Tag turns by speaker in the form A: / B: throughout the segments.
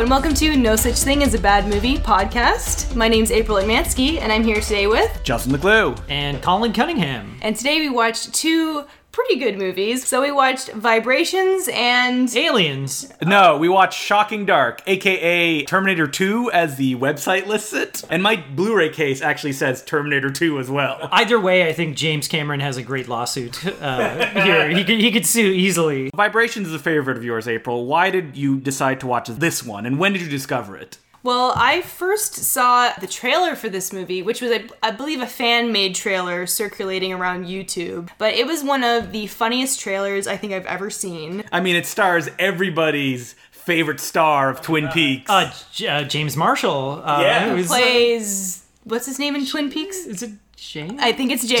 A: and welcome to No Such Thing as a Bad Movie podcast. My name's April Atmansky, and I'm here today with.
B: Justin the Glue.
C: and Colin Cunningham.
A: And today we watched two pretty good movies. So we watched Vibrations and.
C: Aliens.
B: No, we watched Shocking Dark, aka Terminator 2, as the website lists it. And my Blu ray case actually says Terminator 2 as well.
C: Either way, I think James Cameron has a great lawsuit uh, here. He could, he could sue easily.
B: Vibrations is a favorite of yours, April. Why did you decide to watch this one, and when did you discover it?
A: Well, I first saw the trailer for this movie, which was, I, I believe, a fan made trailer circulating around YouTube. But it was one of the funniest trailers I think I've ever seen.
B: I mean, it stars everybody's favorite star of Twin Peaks.
C: Uh, J- uh, James Marshall. Uh,
B: Yeah.
C: who's-
A: Plays. What's his name in Twin Peaks?
C: is it James?
A: I think it's James.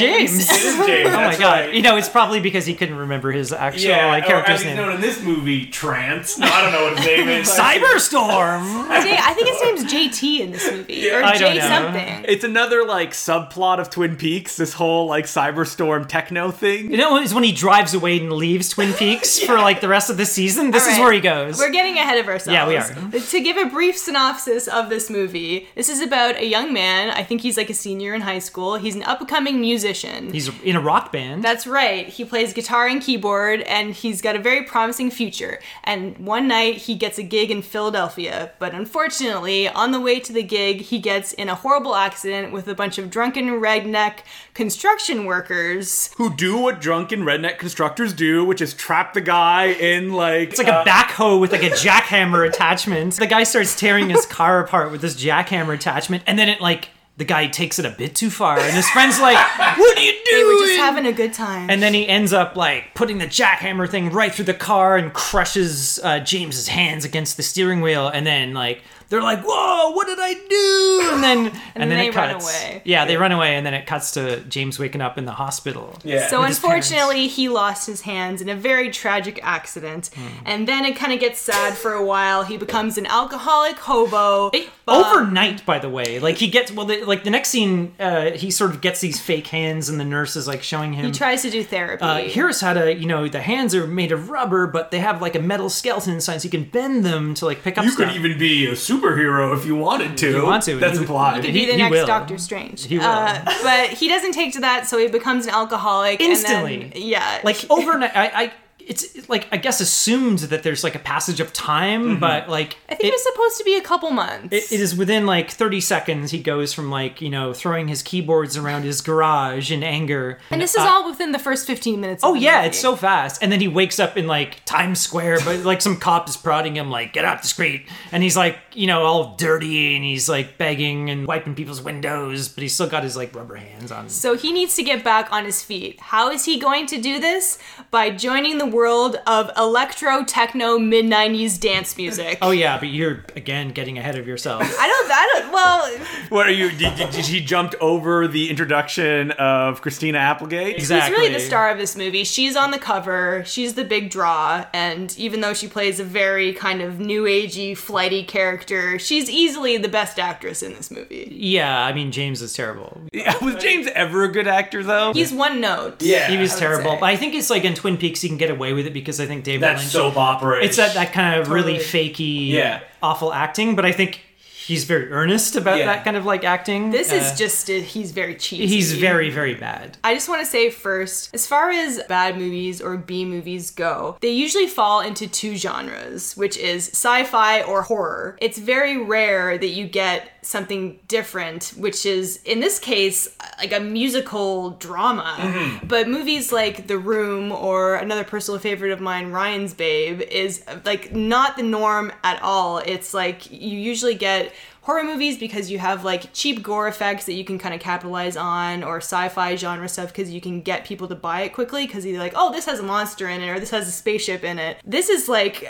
C: James. oh
B: James,
C: my god. You know, it's probably because he couldn't remember his actual
B: oh,
C: like, character's name.
B: in this movie, Trance. No, I don't know what his name is.
C: Cyberstorm.
A: Jay- I think his name's JT in this movie, or
C: I don't
A: J
C: know.
A: something.
B: It's another like subplot of Twin Peaks. This whole like cyberstorm techno thing.
C: you know, it's when he drives away and leaves Twin Peaks for like the rest of the season. This is
A: Alright.
C: where he goes.
A: We're getting ahead of ourselves.
C: Yeah, we are.
A: To give a brief synopsis of this movie, this is about a young man. I think he's like a senior in high school. He's an upcoming musician.
C: He's in a rock band.
A: That's right. He plays guitar and keyboard, and he's got a very promising future. And one night, he gets a gig in Philadelphia. But unfortunately, on the way to the gig, he gets in a horrible accident with a bunch of drunken redneck construction workers.
B: who do what drunken redneck constructors do, which is trap the guy in like uh,
C: It's like
A: Uh,
C: a backhoe with like a jackhammer attachment. The guy starts tearing his car apart with this jackhammer attachment, and then it like the guy takes it a bit too far, and his friend's like, "What are you
A: They were
C: doing?"
A: just having a good time.
C: and then he ends up like putting the jackhammer thing right through the car and crushes uh, James's hands against the steering wheel, and then like they're like, "Whoa, what did I do?" And then and,
A: then
C: then
A: they
C: it
A: run
C: cuts.
A: away.
C: Yeah, they run away, and then it cuts to James waking up in the hospital.
B: yeah.
A: So
C: his parents.
A: unfortunately, he lost his hands in a very tragic accident,
C: Hmm.
A: and then it kind of gets sad for a while. He becomes an alcoholic hobo.
C: overnight by the way like he gets well the, like the next scene uh, he sort of gets these fake hands and the nurse is like showing him
A: He tries to do therapy.
C: uh, here's how to you know the hands are made of rubber but they have like a metal skeleton inside so you can bend them to like pick up
B: you
C: stuff
B: could even be a superhero if you wanted to.
C: you want to.
B: That's
C: You-
B: implied.
A: could
C: he-
A: be the
C: he
A: next
C: will.
A: Doctor Strange.
C: He will.
A: Uh, but he doesn't take to that, so he becomes an alcoholic and then-
C: Instantly.
A: yeah,
C: like overnight i, I it's like i guess assumed that there's like a passage of time
B: Mm-hmm.
C: but like
A: I think it,
C: it-
A: was supposed to be a couple months.
C: It, it is within like 30 seconds he goes from like you know throwing his keyboards around his garage in anger Uh,
A: and this is all within the first fifteen minutes.
C: Oh yeah, it's so fast. And then he wakes up in like Times Square, but like some cop is prodding him, like get out the street. And he's like, you know, all dirty, and he's like begging and wiping people's windows, but he's still got his like rubber hands on.
A: So he needs to get back on his feet. How is he going to do this? By joining the world of electro techno mid '90s dance music.
C: Oh yeah, but you're again getting ahead of yourself.
A: I don't. I don't. Well,
B: what are you? Did, did, did he jumped over the introduction of Christina Applegate?
C: Exactly.
A: She's really the star of this movie. She's on the cover. She's the big draw, and even though she plays a very kind of new agey, flighty character, she's easily the best actress in this movie.
C: Yeah, I mean James is terrible.
B: Was James ever a good actor though?
A: He's one note.
B: yeah.
C: He was
A: would
C: terrible.
A: say.
C: But I think it's like in Twin Peaks he can get away with it because I think David
B: that
C: Lynch.
B: soap opera.
C: it's that, that kind of really
A: Totally.
C: fakey,
B: Yeah.
C: awful acting. But I think he's very earnest about
B: Yeah.
C: that kind of like acting.
A: This
C: Uh,
A: is just a, he's very cheesy.
C: he's very very bad.
A: I just want to say first, as far as bad movies or B movies go, they usually fall into two genres, which is sci fi or horror. It's very rare that you get something different, which is, in this case, like a musical drama. But movies like The Room or another personal favorite of mine, Ryan's Babe, is like not the norm at all. It's like you usually get horror movies because you have like cheap gore effects that you can kind of capitalize on or sci-fi genre stuff because you can get people to buy it quickly because you're like oh this has a monster in it or this has a spaceship in it this is like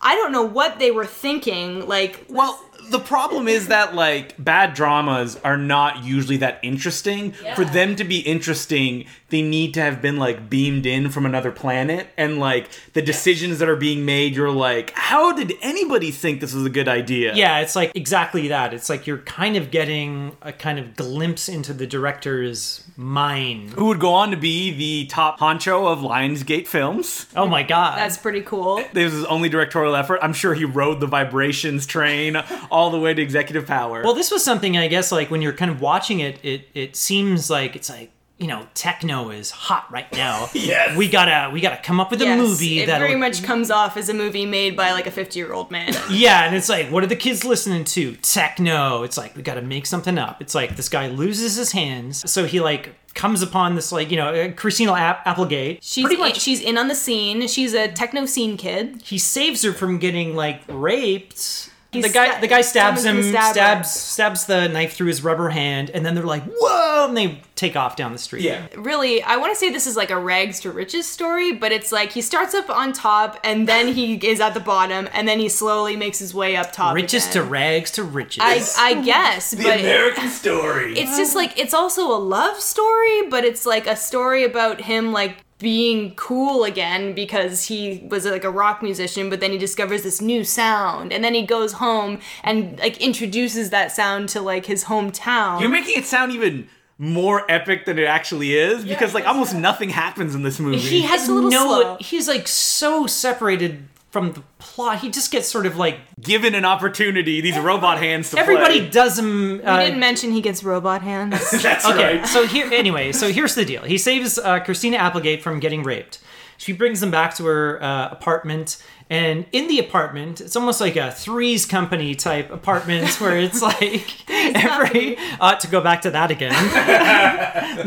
A: i don't know what they were thinking like
B: Well, the problem is that like bad dramas are not usually that interesting. For them to be interesting, they need to have been like beamed in from another planet and like the decisions that are being made, you're like, how did anybody think this was a good idea?
C: Yeah, it's like exactly that. It's like you're kind of getting a kind of glimpse into the director's mind.
B: Who would go on to be the top honcho of Lionsgate Films?
C: Oh my god.
A: That's pretty cool.
B: This was his only directorial effort. I'm sure he rode the vibrations train all the way to executive power.
C: well, this was something I guess like when you're kind of watching it, it it seems like it's like you know techno is hot right now.
B: Yes.
C: we gotta we gotta come up with
A: Yes,
C: a movie
A: it
C: that
A: very
C: will
A: much comes off as a movie made by like a 50 year old man.
C: Yeah, and it's like, what are the kids listening to? Techno. It's like, we gotta make something up. It's like, this guy loses his hands. So he, like, comes upon this, like, you know, uh, Christina App- Applegate.
A: She's
C: pretty
A: in,
C: much,
A: she's in on the scene. She's a techno scene kid.
C: he saves her from getting, like, raped.
A: He's
C: the guy,
A: sta-
C: the guy stabs
A: someone's
C: him,
A: gonna stab her.
C: stabs, stabs the knife through his rubber hand, and then they're like, "Whoa!" and they take off down the street.
B: yeah.
A: really i want to say this is like a rags to riches story but it's like he starts up on top and then he is at the bottom and then he slowly makes his way up top
C: riches to
A: again.
C: rags to riches.
A: I, I guess but
B: American story.
A: it's just like it's also a love story but it's like a story about him like being cool again because he was like a rock musician but then he discovers this new sound and then he goes home and like introduces that sound to like his hometown
B: You're making it sound even more epic than it actually is because like almost nothing happens in this movie.
A: he has a little slow.
C: he's like so separated from the plot. He just gets sort of like
B: Given an opportunity, these robot hands to
C: everybody
B: play.
C: does him. Uh,
A: I didn't mention he gets robot hands
B: That's
C: Okay,
B: right.
C: so here anyway, so here's the deal. He saves uh, Christina Applegate from getting raped. She brings him back to her uh, apartment, and in the apartment, it's almost like a Three's Company type apartment where it's like every uh, to go back to that again,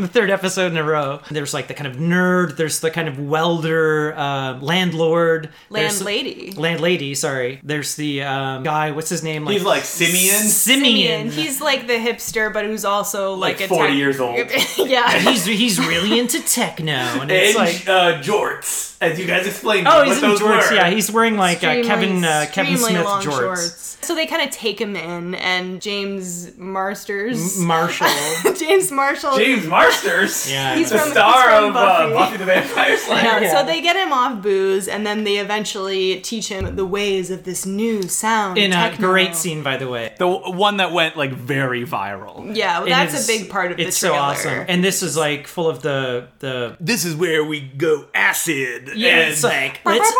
C: the third episode in a row. There's like the kind of nerd, there's the kind of welder, uh, landlord, there's-
A: Landlady.
C: landlady. Sorry, there's the um, guy. What's his name? Like
B: He's like Simeon.
C: Simeon.
A: He's like the hipster, but who's also like,
B: Like
A: a
B: 40
A: tech-
B: years old.
A: yeah.
C: He's he's really into techno, and it's
B: And
C: like
B: uh, jorts, as you guys explained.
C: Oh,
B: what
C: he's in
B: those
C: jorts.
B: were.
C: Yeah, he's wearing like uh,
A: Extremely-
C: Kevin uh, Kevin
A: extremely
C: Smith
A: long
C: jorts.
A: So they kind of take him in, and James Marsters,
C: Marshall.
A: James Marshall.
B: James Marsters.
C: Yeah.
A: He's
B: the
A: from-
B: star
A: he's from
B: of uh,
A: Buffy.
B: Buffy the Vampire Slayer.
A: Yeah,
C: Yeah.
A: So they get him off booze, and then they eventually teach him the ways of this new sound.
C: in a
A: techno.
C: great scene, by the way.
B: The one that went like very viral.
A: Yeah, well,
C: And
A: that's
C: it's-
A: a big part of
C: It's
A: the trailer.
C: so awesome, and this is like full of the the.
B: This is where we go acid.
C: Yeah,
B: and
C: it's like it's,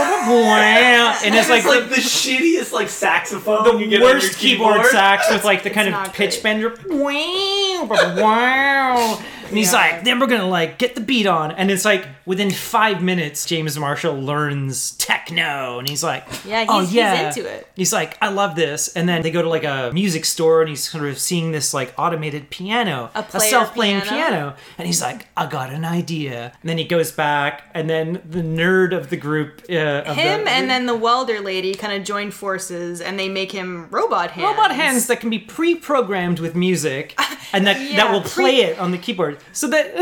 C: and it's like, the,
B: shittiest like saxophone.
C: the worst keyboard, sax with like the kind
A: not
C: of
A: great.
C: pitch bender. Wow, wow. And he's
A: Yeah.
C: like, then we're gonna like get the beat on, and it's like within five minutes, James Marshall learns techno, and he's like,
A: Yeah, he's-
C: oh
A: he's
C: yeah,
A: into it.
C: He's like, I love this, and then they go to like a music store, and he's sort of seeing this like automated piano, a,
A: player
C: self-playing
A: piano.
C: piano, and he's like, I got an idea, and then he goes back, and then the nerd of the group, uh, of
A: Him
C: the,
A: and then the welder lady kind of join forces, and they make him robot hands.
C: robot hands that can be pre-programmed with music and that, that
A: Yeah,
C: will
A: pre-
C: play it on the keyboard so that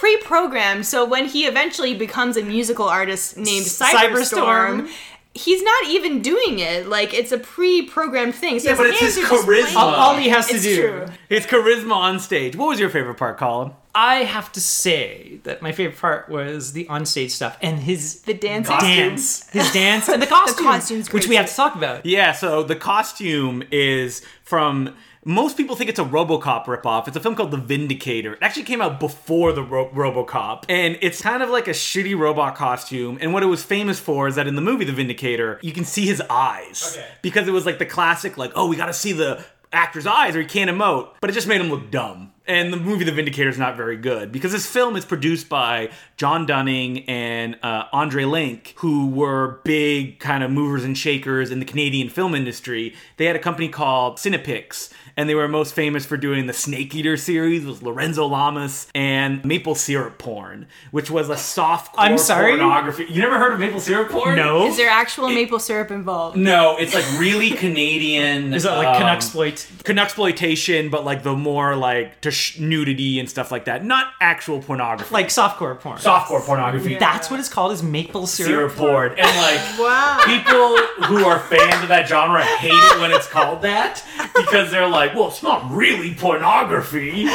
A: pre-programmed so when he eventually becomes a musical artist named
C: Cyberstorm.
A: Cyberstorm, he's not even doing it. Like it's a pre-programmed thing. So
B: Yeah, but it's
A: hands
B: his
A: are just
B: charisma.
A: playing.
C: all, all he has
A: It's
C: to do
A: true.
B: It's charisma on stage. What was your favorite part, Colin?
C: i have to say that my favorite part was the onstage stuff and his
A: The dancing.
B: Costume.
C: dance his dance and the costume
A: costume's
C: which we
A: crazy.
C: have to talk about
B: Yeah, so the costume is from. Most people think it's a RoboCop ripoff. It's a film called The Vindicator. It actually came out before the Ro- RoboCop, and it's kind of like a shitty robot costume. And what it was famous for is that in the movie The Vindicator, you can see his eyes because it was like the classic, like, oh, we got to see the actor's eyes or he can't emote. But it just made him look dumb. And the movie The Vindicator is not very good because this film is produced by John Dunning and uh, Andre Link, who were big kind of movers and shakers in the Canadian film industry. They had a company called Cinepix, and they were most famous for doing the Snake Eater series with Lorenzo Lamas and maple syrup porn, which was a soft
C: I'm sorry?
B: pornography. You never heard of maple syrup porn?
C: no
A: Is there actual maple syrup involved?
B: No, it's like really Canadian.
C: is that like
B: um,
C: Canucksploit?
B: Canucksploitation, but like the more like to
D: to sh- nudity and stuff like that, not actual pornography.
C: like softcore porn.
B: Softcore pornography.
C: That's what it's called is maple syrup.
B: Serial porn. And like
A: Wow.
B: people who are fans of that genre hate it when it's called that because they're like, well, it's not really pornography.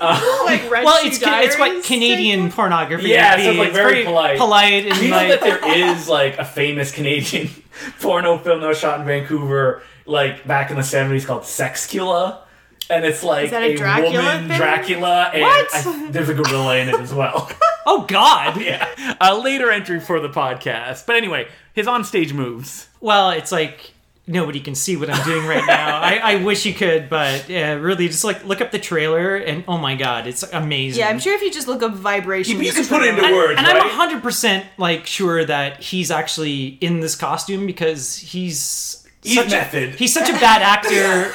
A: like red
C: Well,
A: Shoe
C: it's ca- it's what
A: Diaries
C: Canadian
A: thing?
C: pornography.
B: Yeah,
C: would
B: so it's,
C: be.
B: like, very polite.
C: polite
B: Do
C: and
B: you know that
C: like.
B: there is like a famous Canadian porno film that was shot in Vancouver, like back in the seventies, called Sexcula, and it's like
A: that a Dracula
B: woman
A: thing?
B: Dracula, and
A: What?
B: I- there's a gorilla in it as well.
C: Oh God!
B: yeah,
D: a later entry for the podcast. But anyway, his onstage moves.
C: Well, it's like nobody can see what I'm doing right now. I, I wish you could, but yeah, really, just like look up the trailer and oh my God, it's amazing.
A: Yeah, I'm sure if you just look up vibrations.
B: you can put it into
A: porn-
C: And-
B: words,
C: and
B: right?
C: I'm 100 percent like sure that he's actually in this costume because he's
B: He's
C: such
B: method.
C: A, he's such a bad actor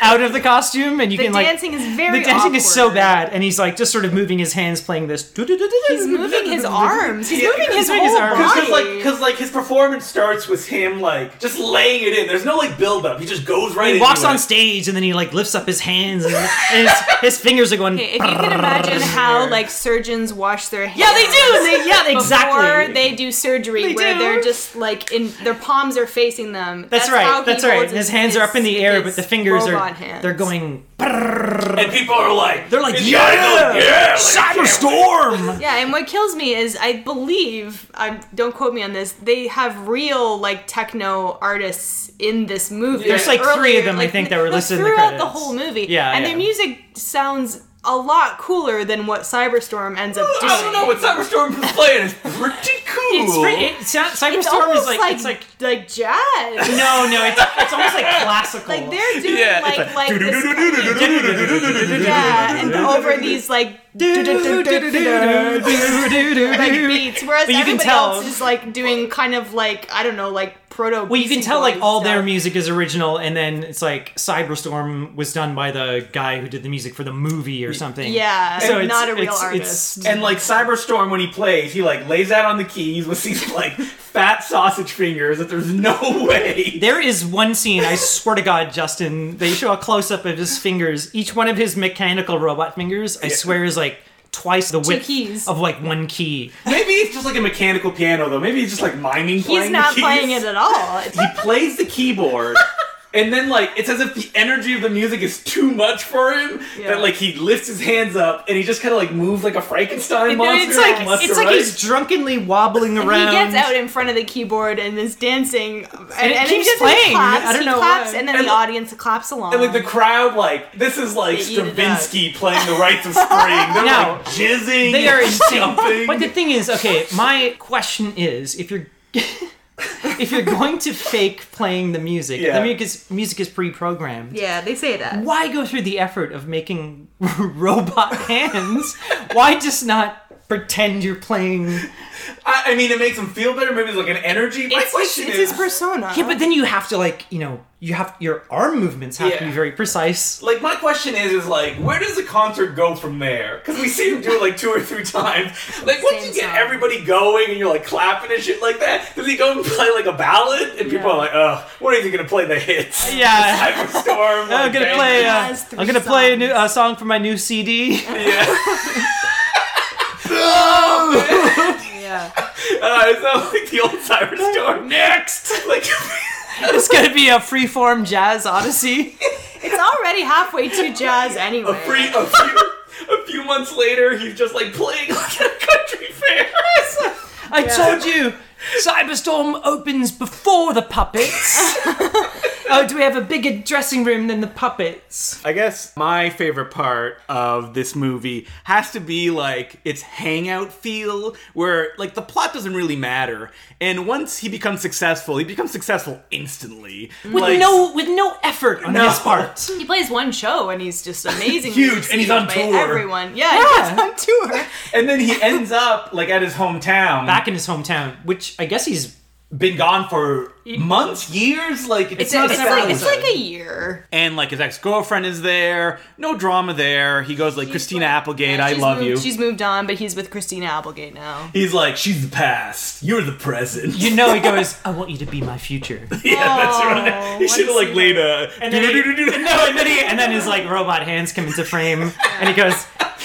C: out of the costume, and you
A: The
C: can like
A: dancing is very.
C: the dancing is so
A: awkward.
C: bad, and he's like just sort of moving his hands, playing this.
A: He's moving his arms. He's
B: Yeah,
A: moving his
C: he's moving his
A: whole
C: arms.
A: body.
B: because like because like his performance starts with him like just laying it in. There's no like build up. He just goes right.
C: He
B: into
C: walks
B: it.
C: on stage and then he like lifts up his hands and, and his, his fingers are going.
A: Okay, if you can imagine how like surgeons wash their hands.
C: yeah, they do. They, yeah,
A: Before
C: exactly.
A: they do surgery,
C: They
A: where
C: do.
A: they're just like in their palms are facing them.
C: that's,
A: how
C: right.
A: he
C: That's right.
A: holds
C: His, hands are up in the air,
A: his
C: but the fingers are
A: robot hands.
C: they're going.
B: and people are like,
C: They're like,
B: "It's
C: yeah,
B: gotta go- yeah, like, I can't
C: Cyberstorm.
A: Yeah, and what kills me is I believe I don't quote me on this. They have real like techno artists in this movie.
C: There's, like, three of them, I think, that were
A: like,
C: listed in the
A: throughout
C: credits.
A: whole movie.
C: Yeah,
A: and
C: yeah.
A: their music sounds a lot cooler than what Cyberstorm ends up doing.
B: I don't know what Cyberstorm is playing. It's pretty cool.
C: It's pretty, it's not, Cyberstorm
A: It's almost
C: is like,
A: like
C: it's like
A: like jazz.
C: no, no, it's, it's almost like classical.
A: Like they're doing
D: Yeah, it's
A: like like, this kind of- yeah, and over these like like beats, whereas
C: But you can
A: everybody
C: tell-
A: else is like doing kind of like I don't know, like proto.
C: Well, you can tell like all their music is original, and then it's like Cyberstorm was done by the guy who did the music for the movie or something.
A: Yeah,
C: so it's,
A: not a real
C: it's-
A: artist.
C: It's,
B: And like Cyberstorm, when he plays, he like lays out on the keys with these like fat sausage fingers that there's no way.
C: there is one scene I swear to God, Justin. They show a close up of his fingers. Each one of his mechanical robot fingers, I swear, is like twice the width
A: keys.
C: of like one key.
B: Maybe it's just like a mechanical piano though. Maybe it's just like miming playing.
A: He's not
B: the keys.
A: playing it at all. It's
B: He plays the keyboard. And then, like, it's as if the energy of the music is too much for him
A: Yeah.
B: that, like, he lifts his hands up and he just kind of, like, moves like a Frankenstein
C: No,
B: monster.
C: it's like
B: from left
C: it's
B: to
C: like
B: right.
C: he's drunkenly wobbling
A: he
C: around.
A: gets out in front of the keyboard and is dancing, and, and
C: it
A: then
C: keeps
A: he just, like,
C: playing.
A: Claps.
C: I don't
A: he
C: know
A: claps,
C: why.
A: and then
B: And
A: the
B: the-
A: audience claps along.
B: And like the crowd, like this is like
A: They eat it
B: Stravinsky playing the rites of spring. They're
C: No.
B: like jizzing.
C: They are
B: and
C: insane.
B: jumping.
C: But the thing is, okay, my question is, if you're if you're going to fake playing the music,
B: Yeah.
C: the music is music is pre-programmed.
A: yeah, they say that.
C: Why go through the effort of making robot hands? Why just not pretend you're playing?
B: I, I mean, it makes them feel better. Maybe it's like an energy. My
A: It's, his,
B: question
A: it's
B: is,
A: his persona.
C: Yeah, but then you have to like, you know, you have your arm movements have to
B: Yeah.
C: be very precise.
B: like, my question is, is like, where does the concert go from there? Because we see him do it like two or three times. Like, once
A: Same
B: you get
A: song.
B: everybody going and you're like clapping and shit like that, does he go and play like a ballad? And people
A: Yeah.
B: are like, oh, what are you gonna play the hits?
C: Oh, Yeah.
B: Cyberstorm.
C: I'm
B: like,
C: gonna
B: Bang.
C: play.
A: He
C: Uh,
A: has three
C: I'm gonna play a, new,
A: songs.
C: a song for my new CD.
B: Yeah.
A: yeah.
B: Uh, it's not like the old Cyberstorm. Next. Like.
C: it's gonna be a freeform jazz odyssey.
A: It's already halfway to jazz anyway.
B: A, free, a, few, a few months later, he's just like playing like a country fair.
C: I told you, Cyberstorm opens before the puppets. oh, do we have a bigger dressing room than the puppets?
D: I guess my favorite part of this movie has to be like its hangout feel, where like the plot doesn't really matter. And once he becomes successful, he becomes successful instantly.
C: With
D: Like,
C: no, with no effort on
B: No.
C: his part.
A: He plays one show and he's just amazing.
B: Huge, and he's on tour.
A: Everyone, yeah,
C: Yeah.
A: he's on tour.
B: And then he ends up like at his hometown.
C: Back in his hometown, which I guess he's
B: been gone for months, years. Like it's,
A: It's,
B: not
A: it's
B: that
A: like it's
B: long.
A: like a year.
B: and like his ex girlfriend is there. No drama there. He goes like Christina
A: like-
B: Applegate, I
A: She's
B: love
A: moved-
B: you.
A: She's moved on, but he's with Christina Applegate now.
B: He's like she's the past, you're the present.
C: You know, he goes, I want you to be my future.
B: yeah, that's
A: Oh,
B: right. He should have like
A: let's
B: laid a.
C: And then, he, no, and, then he, and then his like robot hands come into frame and he goes,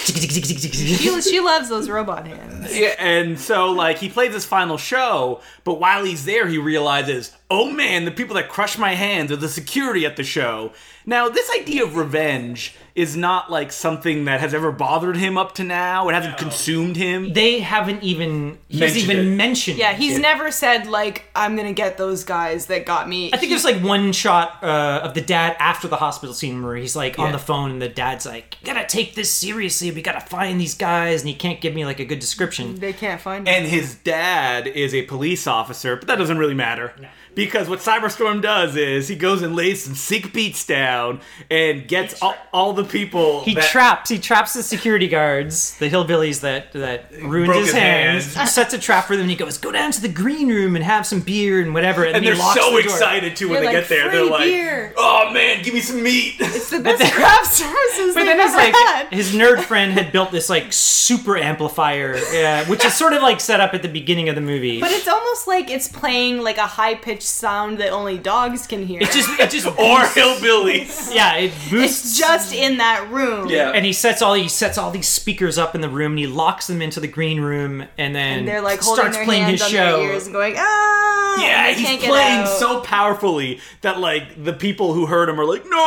A: She, she loves those robot hands.
B: Yeah, and so like he plays his final show, but while he's there, he realizes, oh man, the people that crush my hands are the security at the show. Now, this idea of revenge is not like something that has ever bothered him up to now. It hasn't consumed him.
C: They haven't even, he's
B: Mentioned
C: even
B: it.
C: mentioned
A: Yeah, he's never said like I'm gonna get those guys that got me.
C: I think there's like one shot uh, of the dad after the hospital scene where he's like on the phone and the dad's like, gotta take this seriously. We gotta find these guys. And he can't give me like a good description.
A: they can't find him.
B: And his dad is a police officer, but that doesn't really matter. Because what Cyberstorm does is he goes and lays some sick beats down and gets all, all the people.
C: He
B: that-
C: traps, he traps the security guards, the hillbillies that, that ruined
B: Broke
C: his,
B: his
C: hands, sets a trap for them and he goes, go down to the green room and have some beer and whatever.
B: and
C: And, then
B: they're
C: he locks
B: so
C: the door.
B: excited too when
A: They're
B: they
A: like,
B: get there. They're
A: "Free
B: like,
A: beer."
B: "Oh man, give me some meat."
A: It's the best craft services
C: But
A: they've
C: then his
A: ever
C: like
A: had.
C: his nerd friend had built this like super amplifier, yeah, which is sort of like set up at the beginning of the movie.
A: But it's almost like it's playing like a high pitched sound that only dogs can hear.
C: it just it just
B: or hillbillies.
C: yeah it boosts
A: it's just in that room.
C: and he sets all he sets all these speakers up in the room and he locks them into the green room and then
A: They're like holding
C: starts
A: their
C: playing
A: hands
C: his
A: on
C: show.
A: their ears and going, ah.
B: yeah,
A: and they
B: he's
A: can't get
B: playing
A: out.
B: so powerfully that like the people who heard him are like, "No,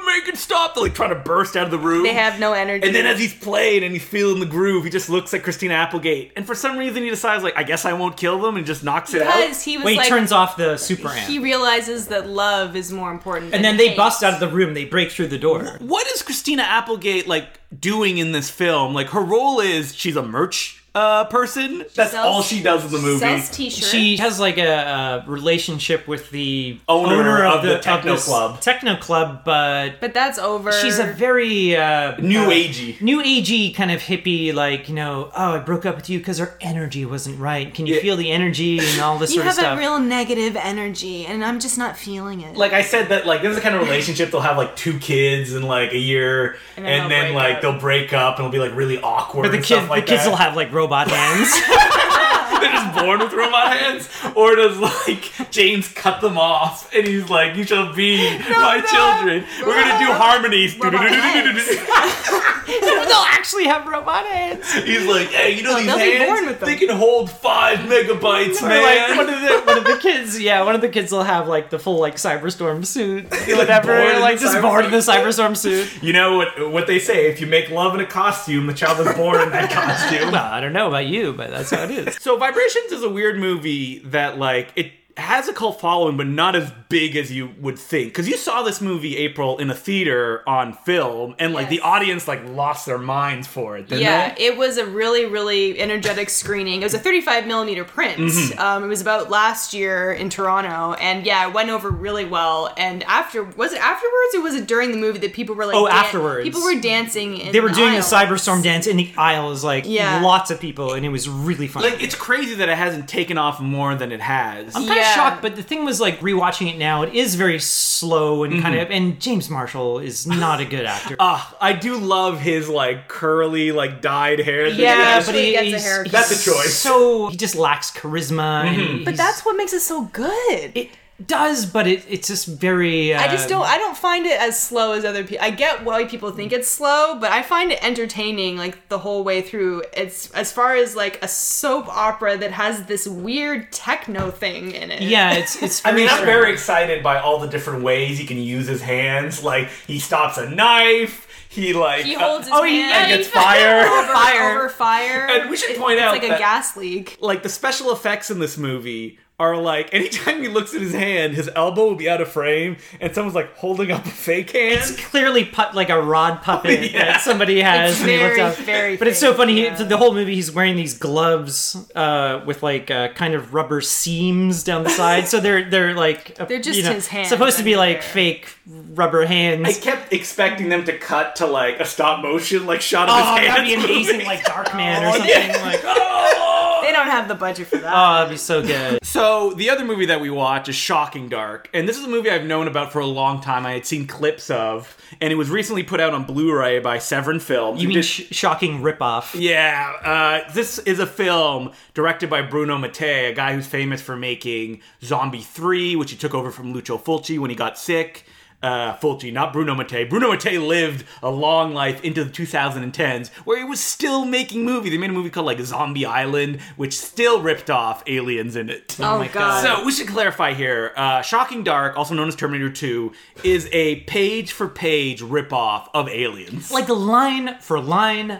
B: uh, make it stop!" They're like trying to burst out of the room.
A: They have no energy.
B: And then as he's playing and he's feeling the groove, he just looks at Christina Applegate, and for some reason he decides like, "I guess I won't kill them," and just knocks it out.
A: because he was
C: Wait,
A: like,
C: he turns off the super amp.
A: he realizes that love is more important.
C: and then they bust out of the room, they break through the door.
B: What is Christina Applegate like doing in this film? Like her role is she's a merch uh, person. That's
A: sells-
B: all she does in the movie.
A: Sells t-shirts.
C: She has like a, a relationship with the
B: Owner
C: of,
B: of the techno
C: this
B: club.
C: Techno club, but
A: but that's over.
C: she's a very uh,
B: New
C: uh,
B: agey.
C: new agey kind of hippie. Like you know, oh, I broke up with you because our energy wasn't right. Can you
B: Yeah.
C: feel the energy and all this
A: You
C: sort of
A: have
C: stuff?
A: a real negative energy, and I'm just not feeling it.
B: like I said that like this is the kind of relationship they'll have like two kids in like a year and
A: And then they'll break
B: then, like
A: up.
B: they'll break up and it'll be like really awkward
C: but the
B: and
C: kids,
B: stuff like
C: the kids
B: that.
C: will have like robot hands.
B: They're just born with robot hands or does like James cut them off and he's like you shall be my
A: no.
B: children we're gonna do
A: Robot-
B: harmonies
A: robot hands.
C: They'll actually have robot hands.
B: he's like hey you know these
A: they'll be
B: hands
A: born with them.
B: they can hold five megabytes
C: Or, like
B: man
C: one of the one of the kids, yeah, one of the kids will have like the full like Cyberstorm suit,
B: like,
C: whatever,
B: born in
C: like
B: the
C: just born in the Cyberstorm suit.
B: you know what what they say if you make love in a costume the child is born in that costume
C: Well, Uh, I don't know about you, but that's how it is.
B: So Vibrations is a weird movie that like it has a cult following, but not as big as you would think. Because you saw this movie April in a theater on film, and like the
A: Yes.
B: audience like lost their minds for it. Didn't
A: yeah,
B: They?
A: it was a really, really energetic screening. It was a 35 millimeter print.
C: Mm-hmm.
A: Um, it was about last year in Toronto, and yeah, it went over really well. And after, was it afterwards or was it during the movie that people were like,
C: Oh, afterwards.
A: people were dancing. In
C: They were doing a
A: aisles.
C: Cyberstorm dance in the aisles, like
A: Yeah.
C: lots of people, and it was really fun.
B: Like it's crazy that it hasn't taken off more than it has.
C: I'm kind
A: Yeah.
C: of shocked, but the thing was like rewatching it now, it is very slow and kind of.
A: Mm-hmm.
C: And James Marshall is not a good actor.
A: Uh,
B: Ah, I do love his like curly, like dyed hair. that he
A: Yeah,
B: has.
A: but he- gets a haircut. Mm-hmm.
B: That's a choice.
C: So he just lacks charisma. And
A: But that's what makes it so good.
C: it does, but it, it's just very. Uh,
A: I just don't. I don't find it as slow as other people. I get why people think it's slow, but I find it entertaining like the whole way through. It's as far as like a soap opera that has this weird techno thing in it.
C: Yeah, it's it's.
B: I mean, I'm
C: strange.
B: very excited by all the different ways he can use his hands. Like he stops a knife. He like
A: He
B: uh,
A: holds his
C: oh, he-
A: hand
B: and gets fire.
A: over fire. Over fire.
B: And we should
A: It-
B: point out
A: it's like
B: that-
A: a gas leak.
B: like the special effects in this movie are like anytime he looks at his hand, his elbow will be out of frame, and someone's like holding up a fake hand.
C: It's clearly put like a rod puppet
B: Yeah.
C: that somebody has.
A: It's
C: and he looks
A: very,
C: out.
A: very
C: But it's so
A: fake,
C: funny. he-
A: yeah.
C: The whole movie, he's wearing these gloves uh, with like uh, kind of rubber seams down the side. So they're they're like uh,
A: They're just
C: you know,
A: his hands
C: Supposed to be like
A: under there.
C: fake rubber hands.
B: I kept expecting them to cut to like a stop motion like shot of
C: oh,
B: his hand. Oh,
C: that'd be amazing, like Darkman or something. Like,
A: They don't don't have the budget for that.
C: Oh, that'd be so good.
B: So the other movie that we watch is Shocking Dark, and this is a movie I've known about for a long time. I had seen clips of, and it was recently put out on Blu-ray by Severin Films. who
C: You mean
B: did-
C: sh- shocking ripoff?
B: Yeah, uh, this is a film directed by Bruno Mattei, a guy who's famous for making Zombie 3, which he took over from Lucio Fulci when he got sick. Uh, Fulci, not Bruno Mattei. Bruno Mattei lived a long life into the 2010s where he was still making movies. They made a movie called like Zombie Island, which still ripped off aliens in it.
A: oh,
C: my
A: god.
C: God.
B: So we should clarify here. Uh, Shocking Dark, also known as Terminator 2, is a page-for-page ripoff of Aliens.
C: Like line for line,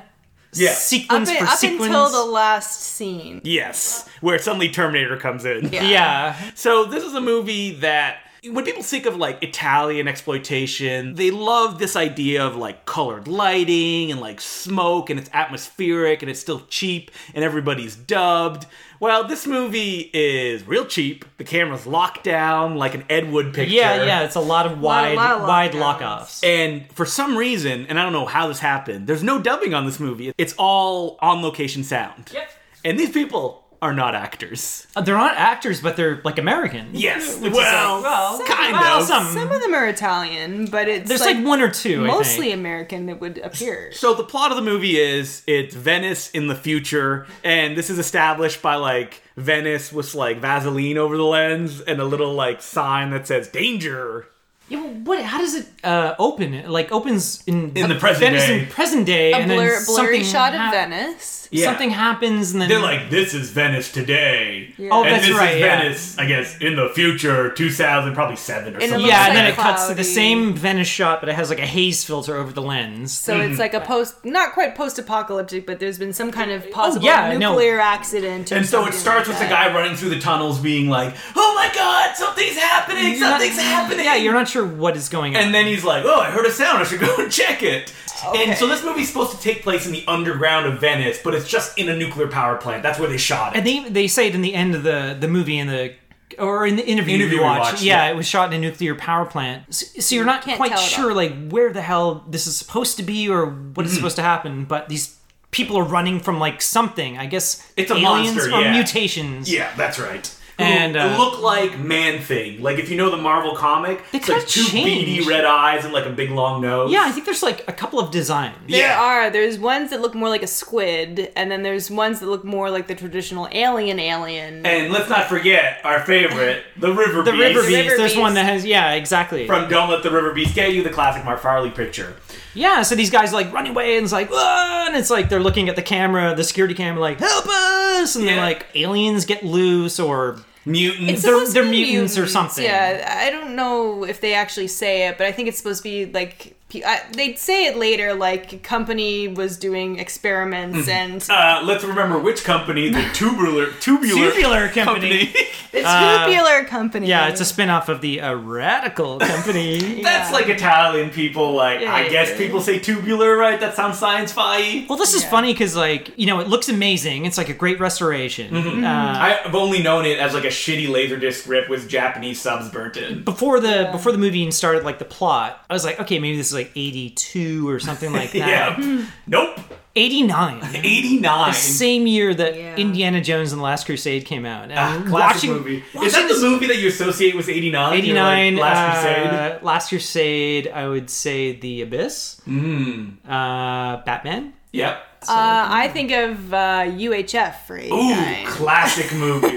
B: Yeah.
A: up,
C: sequence
A: in-
C: for
A: up
C: sequence.
A: until the last scene.
B: yes, where suddenly Terminator comes in.
A: Yeah.
C: yeah,
B: So this is a movie that when people think of like Italian exploitation, they love this idea of like colored lighting and like smoke and it's atmospheric and it's still cheap and everybody's dubbed. Well, this movie is real cheap. The camera's locked down like an Ed Wood picture.
C: yeah, yeah. It's a lot of wide,
A: lot of
C: wide
A: lockdowns.
C: lockoffs.
B: And for some reason, and I don't know how this happened, there's no dubbing on this movie. It's all on location sound.
E: Yep.
B: And these people are not actors.
C: Uh, They're not actors, but they're like American.
B: Yes.
C: Which is
B: well,
C: like, well,
B: kind
C: well,
B: of.
C: some-
A: Some of them are Italian, but it's
C: There's like, one or two. I
A: mostly
C: think.
A: American that would appear.
B: So the plot of the movie is it's Venice in the future, and this is established by like Venice with like Vaseline over the lens and a little like sign that says danger.
C: Yeah, well, what? How does it uh, open? It like opens in
B: In the present
C: Venice
B: day.
C: in present day,
A: a
C: and
A: blur,
C: then
A: blurry
C: something
A: shot
C: hap-
A: of Venice.
B: Yeah.
C: Something happens, and then
B: this is Venice today.
C: Oh,
A: And
C: that's right. yeah.
B: I guess, in the future, 2000, probably 7
A: In
B: or
A: a something. It looks
C: Yeah, and then
A: like
C: it cuts to the
A: cloudy.
C: same Venice shot, but it has like a haze filter over the lens.
A: So it's like a post, not quite post-apocalyptic, but there's been some kind of possible
C: Oh, yeah, no.
A: nuclear accident. Or
B: And so it
A: something
B: starts
A: like
B: with the
A: that.
B: guy running through the tunnels being like, oh my god, something's happening,
C: You're not-
B: something's happening.
C: Yeah, you're not sure what is going on.
B: And then he's like, "Oh, I heard a sound. I should go and check it."
A: Okay.
B: And so this movie's supposed to take place in the underground of Venice, but it's just in a nuclear power plant. That's where they shot it.
C: And they they say it in the end of the the movie in the or in the interview,
B: Interview
C: you
B: we
C: watch.
B: watched,
C: yeah,
B: yeah.
C: it was shot in a nuclear power plant. So, so you're not
A: can't
C: quite
A: tell at
C: sure like where the hell this is supposed to be or what is
B: Mm-hmm.
C: supposed to happen, but these people are running from like something. I guess
B: It's a
C: aliens
B: monster,
C: or
B: yeah.
C: mutations.
B: yeah, that's right.
C: And, uh,
B: look like man thing. Like if you know the Marvel comic, it's
C: kinda
B: like two
C: changed.
B: beady red eyes and like a big long nose.
C: Yeah, I think there's like a couple of designs.
A: There
B: Yeah.
A: are. There's ones that look more like a squid, and then there's ones that look more like the traditional alien alien.
B: And let's not forget our favorite, the River
C: The
B: Beast.
C: river beast.
A: River
C: There's one
A: Beast.
C: that has yeah, exactly.
B: From Don't Let the River Beast Get You, the classic Mark Farley picture.
C: Yeah, so these guys like run away and it's like, "Ah," and it's like they're looking at the camera, the security camera, like, help us! And then
B: Yeah.
C: like aliens get loose or
B: Mutants.
A: It's
C: they're-
A: supposed to
C: they're
A: be
C: mutants or something.
A: Yeah, I don't know if they actually say it, but I think it's supposed to be like pe- I, they'd say it later. Like a company was doing
C: Mm-hmm.
A: experiments, and the
B: uh, let's remember which company, the tubular tubular,
C: Tubular company.
A: tubular company.
C: uh, Yeah, it's a spin-off of the uh, Radical Company.
B: That's
A: Yeah.
B: like Italian people. Like
A: Yeah,
B: I
A: yeah,
B: guess
A: yeah.
B: people say tubular, right? That sounds science-fi.
C: well, this is
A: Yeah.
C: funny because like you know it looks amazing. It's like a great restoration.
B: Mm-hmm.
A: Mm-hmm.
C: Uh,
B: I've only known it as like a shitty laserdisc rip with Japanese subs burnt in.
C: before the before the movie even started, like the plot, I was like, okay, maybe this is like '82 or something like that.
A: Hmm.
B: Yeah. nope.
C: '89.
B: Eighty-nine.
C: Same year that
A: Yeah.
C: Indiana Jones and the Last Crusade came out. And
B: Ah,
C: I'm
B: classic
C: watching-
B: movie.
C: watching
B: Is that
C: this-
B: the movie that you associate with eighty-nine?
C: 89
B: Last Crusade.
C: uh, last crusade i would say the abyss
B: Mm.
C: uh batman
B: Yep.
A: Uh, I think of uh, UHF for eighty
B: Ooh,
A: nine.
B: classic movie.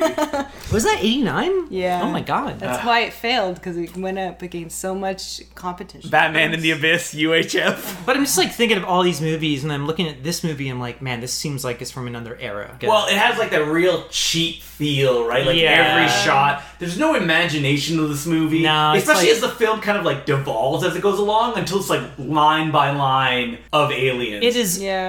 C: was that 89
A: Yeah.
C: oh my god
A: That's why it failed because it went up against so much competition.
B: Batman in the Abyss, UHF.
C: but i'm just like thinking of all these movies and i'm looking at this movie and i'm like man this seems like it's from another era
B: Well, it has like that real cheap feel, right? Like
C: Yeah.
B: every shot, there's no imagination of this movie.
C: No, it's
B: especially
C: like-
B: as the film kind of like devolves as it goes along until it's like line by line of aliens.
C: it is
A: yeah.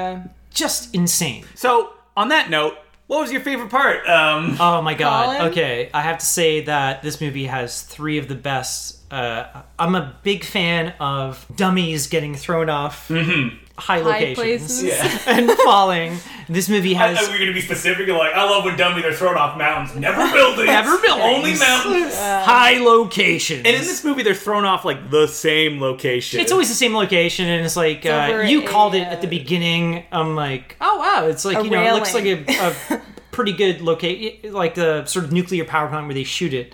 C: just insane
B: So on that note, what was your favorite part? Um,
C: oh my god
A: Colin?
C: okay i have to say that this movie has three of the best uh, i'm a big fan of dummies getting thrown off
B: Mm-hmm.
C: high
A: High
C: locations
A: places.
C: and falling this movie
B: I
C: has
B: thought we were gonna be specific. Like, I love when dummy they're thrown off mountains, never buildings,
C: Never buildings.
B: only mountains.
C: high locations
B: And in this movie, they're thrown off like the same location.
C: It's always the same location, and it's like uh,
A: over
C: you
A: a,
C: called it
A: uh,
C: at the beginning. I'm like, oh wow, it's like
A: a
C: you know, it looks like
A: railing.
C: a, a pretty good location, like the sort of nuclear power plant where they shoot it.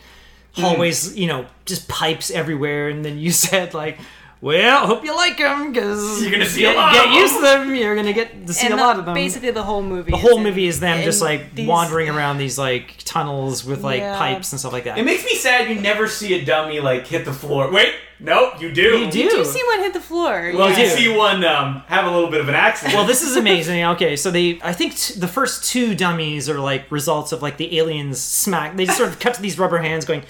A: Hmm.
C: Hallways, you know, just pipes everywhere, and then you said like. Well, hope you like them because
B: You're gonna see
C: get,
B: a lot
C: get
B: of
C: used to them. You're gonna get to see
A: and
C: a
A: the-
C: lot of them.
A: Basically, the whole movie.
C: the whole movie is them just like
A: wandering
C: wandering around these like tunnels with like
A: Yeah.
C: pipes and stuff like that.
B: It makes me sad you never see a dummy like hit the floor. Wait, nope, you do.
C: You
A: You
C: do.
A: do see one hit the floor.
B: Well,
A: yeah.
B: you
C: do.
B: see one um, have a little bit of an accident.
C: well, this is amazing. Okay, so they, I think t- the first two dummies are like results of like the aliens smack. They just sort of cut to these rubber hands going,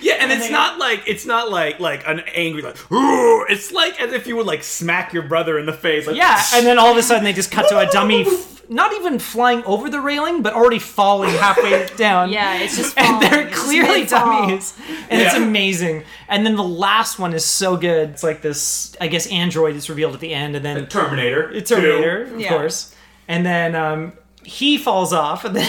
F: Yeah, and it's not like it's not like like an angry like. "Ooh," It's like as if you would like smack your brother in the face. Like,
C: yeah, and then all of a sudden they just cut to a dummy, f- not even flying over the railing, but already falling halfway down.
A: Yeah, it's just
C: and
A: falling.
C: they're
A: It's just
C: clearly
A: mid-fall.
C: dummies, and it's
F: Yeah.
C: amazing. And then the last one is so good. It's like this, I guess, android is revealed at the end, and then
B: Terminator.
C: It's Terminator, of
A: Yeah.
C: course. And then um, he falls off, and then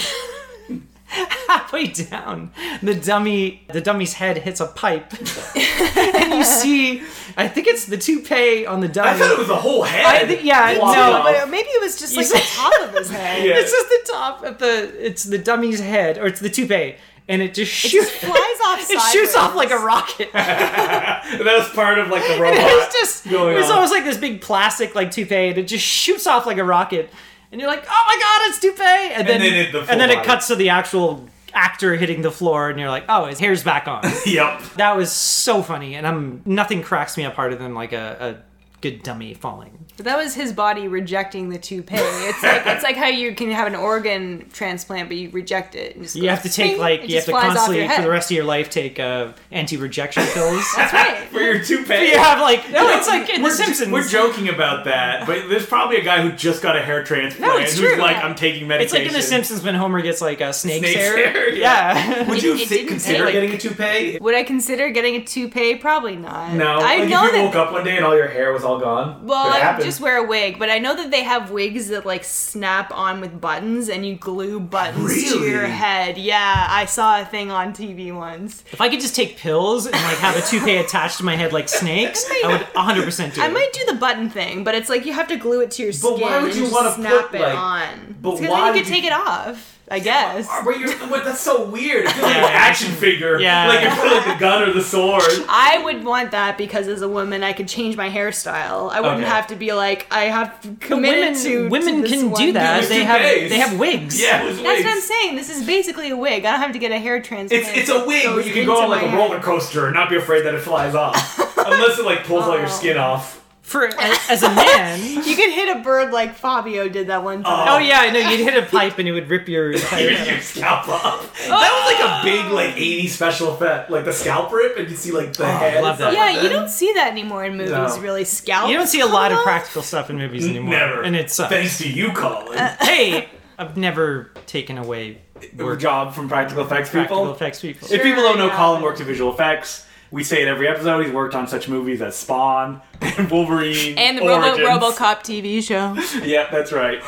C: halfway down, the dummy, the dummy's head hits a pipe, and you see, I think it's the toupee on the dummy.
B: I thought it was the whole head.
C: I think- yeah,
B: Wow.
C: no,
A: But maybe it was just like the top of his head.
B: Yeah.
C: It's just the top of the, it's the dummy's head, or it's the toupee, and it just shoots.
A: Flies off.
C: It shoots off like a rocket.
B: that was part of like the robot.
C: It's just it
B: going
C: was
B: on.
C: almost like this big plastic like toupee and it just shoots off like a rocket and you're like oh my god it's toupee and then,
B: then it- the full
C: and then it
B: body.
C: cuts to the actual actor hitting the floor and you're like oh his hair's back on
B: yep.
C: that was so funny and i'm nothing cracks me up harder than like a, a good dummy falling
A: But that was his body rejecting the toupee. It's like it's like how you can have an organ transplant, but you reject it. And just
C: you have to take like you have to constantly for the rest of your life take uh, anti-rejection pills
A: That's right.
B: For your toupee.
C: you have like no it's like in
B: we're
C: the simpsons
B: We're joking about that, but there's probably a guy who just got a hair transplant
C: No, it's
B: who's
C: true.
B: like, I'm taking
C: it's
B: medication.
C: like in the simpsons when homer gets like a snake's,
B: Snake's hair, yeah.
C: yeah.
B: Would you
A: It- it
B: thi-
A: didn't
B: consider
A: say.
B: getting a toupee?
A: Would I consider getting a toupee? Probably not.
B: No.
A: I
B: like,
A: know
B: if you
A: that.
B: woke up one day and all your hair was all gone.
A: well,
B: could
A: I would
B: happen.
A: just wear a wig, but I know that they have wigs that like snap on with buttons, and you glue buttons to
B: Really?
A: your head. Yeah, I saw a thing on TV once.
C: If I could just take pills and like have a toupee attached to my head like snakes, I would 100 percent do
A: I
C: it.
A: might do the button thing, but it's like you have to glue it to your skin.
B: But why would
A: and
B: you
A: just
B: wanna
A: snap
B: put,
A: it
B: like-
A: on?
B: but
A: Because
B: why
A: then you
B: would
A: could
B: you-
A: take it off. I guess.
B: Are- But you're, what, that's so weird. It feels like an
C: Yeah.
B: action figure.
C: Yeah.
B: Like you put like the gun or the sword.
A: I would want that because as a woman, I could change my hairstyle. I wouldn't
B: Okay.
A: have to be like I have
C: But
A: committed to.
C: women
A: to this
C: can
A: one
C: do that.
B: With
C: They have
B: toupees.
C: they have wigs.
B: Yeah, it was
A: That's what I'm
B: wigs.
A: saying. This is basically a wig. I don't have to get a hair transplant.
B: It's it's a wig,
A: Goes
B: but you can go on
A: into
B: like a
A: my
B: roller
A: head.
B: coaster and not be afraid that it flies off, unless it like pulls all
A: Oh.
B: your skin off.
C: For as a man.
A: You could hit a bird like Fabio did that one time.
C: Oh yeah, I know you'd hit a pipe and it would rip your.
B: Your,
C: entire-
B: your scalp off. That was like a
A: Oh.
B: big like 80s special effect, like the scalp rip, and you see like the head.
C: love that.
A: Oh, Yeah, you don't see that anymore in movies.
B: No.
A: Really, scalp.
C: You don't see a lot of
A: come off?
C: practical stuff in movies anymore.
B: Never.
C: And it's
B: Thanks to you, Colin.
A: Uh,
C: hey, I've never taken away
B: Your job from practical effects
C: practical
B: people.
C: effects people.
B: If people don't know,
A: yeah.
B: Colin works in visual effects. We say it every episode. He's worked on such movies as Spawn and Wolverine
A: And the Robo-
B: Origins.
A: RoboCop TV show. Uh,
B: Yeah, that's right.